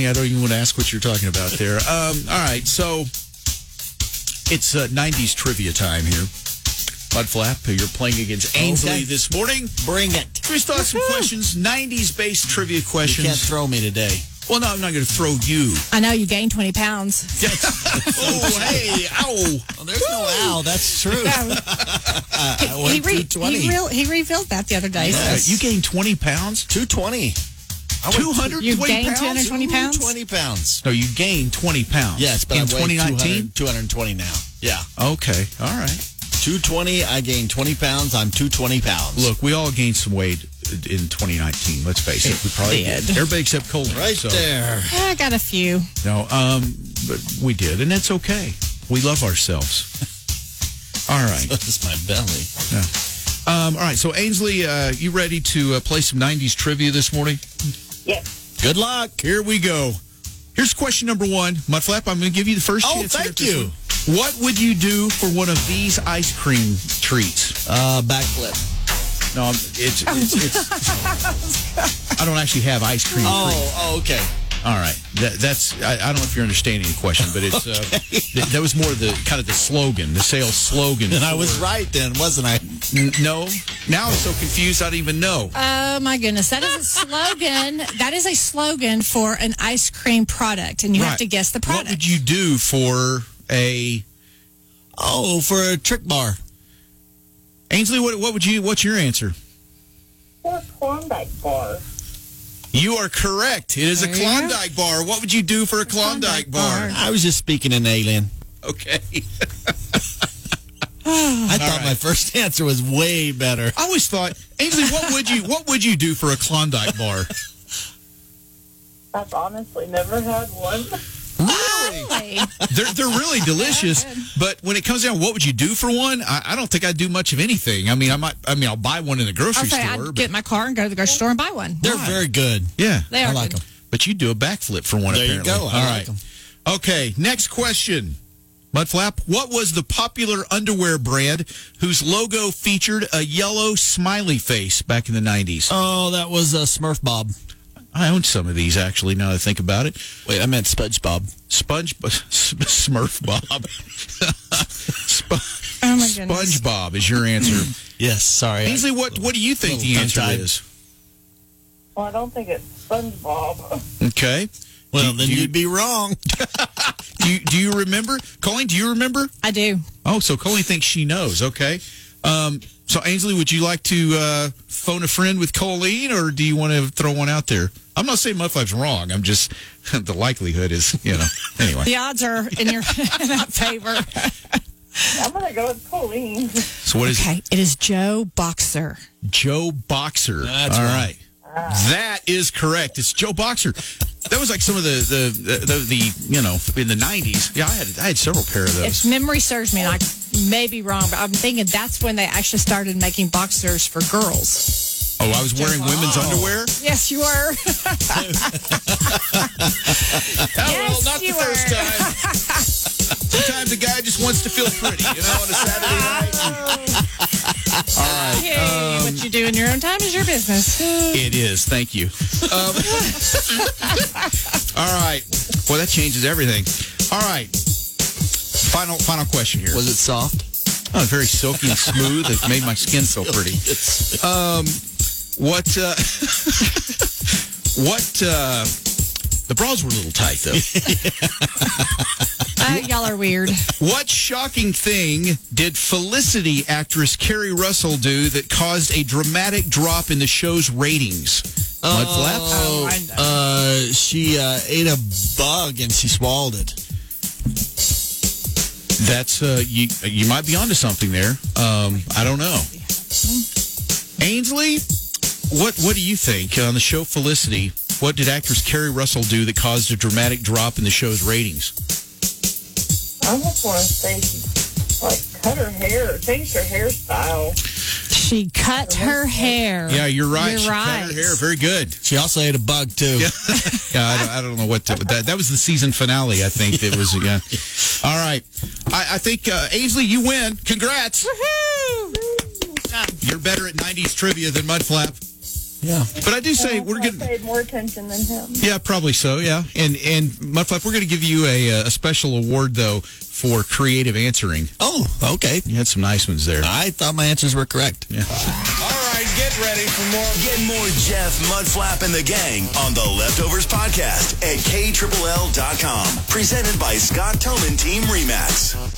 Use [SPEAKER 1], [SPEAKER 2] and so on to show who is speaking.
[SPEAKER 1] I don't even want to ask what you're talking about there. Um, all right, so it's uh, 90s trivia time here. Bud Flap, you're playing against Ainsley
[SPEAKER 2] Okay.
[SPEAKER 1] this morning.
[SPEAKER 2] Bring it.
[SPEAKER 1] Just thought some
[SPEAKER 2] Woohoo.
[SPEAKER 1] questions, 90s based trivia
[SPEAKER 2] You can't
[SPEAKER 1] questions.
[SPEAKER 2] throw me today.
[SPEAKER 1] Well, no, I'm not going to throw you.
[SPEAKER 3] I know you gained 20 pounds.
[SPEAKER 1] oh, hey, ow.
[SPEAKER 2] Well, there's no owl. That's true. went
[SPEAKER 3] he, re-
[SPEAKER 2] 220.
[SPEAKER 3] he, real- he revealed that the other day. so-
[SPEAKER 1] You gained 20 pounds?
[SPEAKER 2] 220. I went
[SPEAKER 1] 220
[SPEAKER 3] You gained
[SPEAKER 1] pounds?
[SPEAKER 3] 220 pounds?
[SPEAKER 2] 220 pounds.
[SPEAKER 1] No, you gained 20 pounds.
[SPEAKER 2] Yes, but
[SPEAKER 1] In
[SPEAKER 2] I weigh
[SPEAKER 1] 2019?
[SPEAKER 2] 200 220 now. Yeah.
[SPEAKER 1] Okay, all right.
[SPEAKER 2] 220, I gained 20 pounds. I'm 220 pounds.
[SPEAKER 1] Look, we all gained some weight in 2019. Let's face it, we probably
[SPEAKER 3] Did.
[SPEAKER 1] did. Everybody except Colton.
[SPEAKER 2] right
[SPEAKER 1] so,
[SPEAKER 2] there.
[SPEAKER 3] I got a few.
[SPEAKER 1] No, um, but we did, and that's okay. We love ourselves. all right.
[SPEAKER 2] This is my belly.
[SPEAKER 1] Um, all right. So, Ainsley, uh, you ready to uh, play some 90s trivia this morning?
[SPEAKER 2] Good luck.
[SPEAKER 1] Here we go. Here's question number one. Mudflap, I'm going to give you the first
[SPEAKER 2] Oh,
[SPEAKER 1] chance. to get
[SPEAKER 2] thank
[SPEAKER 1] this
[SPEAKER 2] you.
[SPEAKER 1] one. What would you do for one of these ice cream treats?
[SPEAKER 2] Uh, backflip.
[SPEAKER 1] No, I'm- it's, it's, it's I don't actually have ice cream treats.
[SPEAKER 2] Oh, oh, okay.
[SPEAKER 1] All right, that, that's I, I don't know if you're understanding the question, but it's uh, th- that was more the kind of the slogan, the sales slogan.
[SPEAKER 2] And I was right then, wasn't I?
[SPEAKER 1] N- no, now I'm so confused I don't even know.
[SPEAKER 3] Oh my goodness. That is a slogan. That is a slogan for an ice cream product, and you
[SPEAKER 1] Right.
[SPEAKER 3] have to guess the
[SPEAKER 1] What
[SPEAKER 3] product.
[SPEAKER 1] would you do for a
[SPEAKER 2] Oh, for a trick bar.
[SPEAKER 1] Ainsley? What, what would you? What's your answer?
[SPEAKER 4] Or Klondike bar.
[SPEAKER 1] You are correct. It is a
[SPEAKER 3] There you go.
[SPEAKER 1] Klondike bar. What would you do for a Klondike,
[SPEAKER 3] Klondike
[SPEAKER 1] bar?
[SPEAKER 2] I was just speaking in alien.
[SPEAKER 1] Okay,
[SPEAKER 2] I thought my first answer was way better.
[SPEAKER 1] I always thought Ainsley, what would you? What would you do for a Klondike bar?
[SPEAKER 4] I've honestly never had one.
[SPEAKER 3] Really?
[SPEAKER 1] They're, they're really delicious, but when it comes down, what would you do for one? I, I don't think I'd do much of anything. I mean, I might. I mean, I'll buy one in the
[SPEAKER 3] I'll
[SPEAKER 1] grocery
[SPEAKER 3] say
[SPEAKER 1] store.
[SPEAKER 3] I'd
[SPEAKER 1] but-
[SPEAKER 3] get in my car and go to the grocery store and buy one.
[SPEAKER 2] They're very good.
[SPEAKER 1] yeah,
[SPEAKER 3] They
[SPEAKER 2] I
[SPEAKER 3] are
[SPEAKER 2] like
[SPEAKER 3] good.
[SPEAKER 2] them.
[SPEAKER 1] but you do a backflip for one.
[SPEAKER 2] There you
[SPEAKER 1] apparently.
[SPEAKER 2] go. I
[SPEAKER 1] All right.
[SPEAKER 2] like 'em.
[SPEAKER 1] Okay. Next question. Mudflap, what was the popular underwear brand whose logo featured a yellow smiley face back in the 90s?
[SPEAKER 2] Oh, that was a Smurf Bob.
[SPEAKER 1] I own some of these, actually, now that I think about it.
[SPEAKER 2] Wait, I meant Spudge Bob.
[SPEAKER 1] Sponge... Smurf Bob. Sp-
[SPEAKER 3] Oh my goodness.
[SPEAKER 1] SpongeBob is your answer.
[SPEAKER 2] Yes, sorry.
[SPEAKER 1] Ainsley, what what do you think the
[SPEAKER 2] Little
[SPEAKER 1] answer
[SPEAKER 2] tongue-tied.
[SPEAKER 1] is?
[SPEAKER 4] Well, I don't think it's SpongeBob.
[SPEAKER 1] Okay.
[SPEAKER 2] well,
[SPEAKER 1] do-
[SPEAKER 2] then
[SPEAKER 1] do you-
[SPEAKER 2] you'd be wrong.
[SPEAKER 1] Do you, do you remember, Colleen? Do you remember?
[SPEAKER 3] I do.
[SPEAKER 1] Oh, so Colleen thinks she knows. Okay. Um, so Ainsley, would you like to uh, phone a friend with Colleen, or do you want to throw one out there? I'm not saying Mudflap's wrong. I'm just the likelihood is, you know. Anyway,
[SPEAKER 3] The odds are in your favor.
[SPEAKER 4] I'm gonna go with Colleen.
[SPEAKER 1] so what is
[SPEAKER 3] Okay. It is Joe Boxer.
[SPEAKER 1] Joe Boxer?
[SPEAKER 2] That's
[SPEAKER 1] All
[SPEAKER 2] right.
[SPEAKER 1] That is correct. It's Joe Boxer. That was like some of the the the, the, the you know in the 90s. Yeah, I had I had several pair of those.
[SPEAKER 3] If memory serves me, and I may be wrong, but I'm thinking that's when they actually started making boxers for girls.
[SPEAKER 1] Oh, I was wearing women's underwear.
[SPEAKER 3] Yes, you were. yes,
[SPEAKER 1] Oh, well, not
[SPEAKER 3] you
[SPEAKER 1] the first
[SPEAKER 3] were.
[SPEAKER 1] time. Sometimes a guy just wants to feel pretty, you know, on a Saturday night.
[SPEAKER 3] Hey, what you do in your own time is your business. Uh,
[SPEAKER 1] It is. Thank you. Um, all right. Well, that changes everything. All right. Final final question here.
[SPEAKER 2] Was it soft?
[SPEAKER 1] oh, very silky and smooth. It made my skin so pretty.
[SPEAKER 2] It's
[SPEAKER 1] What? Uh, what? Uh, the bras were a little tight though.
[SPEAKER 3] Uh, y'all are weird.
[SPEAKER 1] What shocking thing did Felicity actress Carrie Russell do that caused a dramatic drop in the show's ratings? Mudflap?
[SPEAKER 3] Oh, I know.
[SPEAKER 2] uh, she uh, ate a bug and she swallowed it.
[SPEAKER 1] That's uh, you. You might be onto something there. Um, I don't know. Ainsley, what what do you think on the show Felicity? life, what did actress Carrie Russell do that caused a dramatic drop in the show's ratings?
[SPEAKER 4] I just want to say she like cut her hair, or changed her hairstyle.
[SPEAKER 3] She cut her hair.
[SPEAKER 1] Yeah, you're right.
[SPEAKER 3] You're
[SPEAKER 1] she
[SPEAKER 3] right.
[SPEAKER 1] cut her hair. Very good.
[SPEAKER 2] She also ate a bug too.
[SPEAKER 1] Yeah, I don't, I don't know what to, that. That was the season finale, I think. That was. Yeah. All right. I, I think uh, Ainsley, you win. Congrats. You're better at '90s trivia than Mudflap.
[SPEAKER 2] Yeah.
[SPEAKER 1] But I do say we're
[SPEAKER 4] I
[SPEAKER 1] gonna.
[SPEAKER 4] paid more attention than him.
[SPEAKER 1] Yeah, probably so. Yeah, and and Mudflap, we're going to give you a, uh, a special award though for creative answering.
[SPEAKER 2] Oh, okay.
[SPEAKER 1] You had some nice ones there.
[SPEAKER 2] I thought my answers were correct.
[SPEAKER 5] All right, get ready for more. Get more Jeff Mudflap and the gang on the Leftovers podcast at ktrill.com. Presented by Scott Toman Team Remax.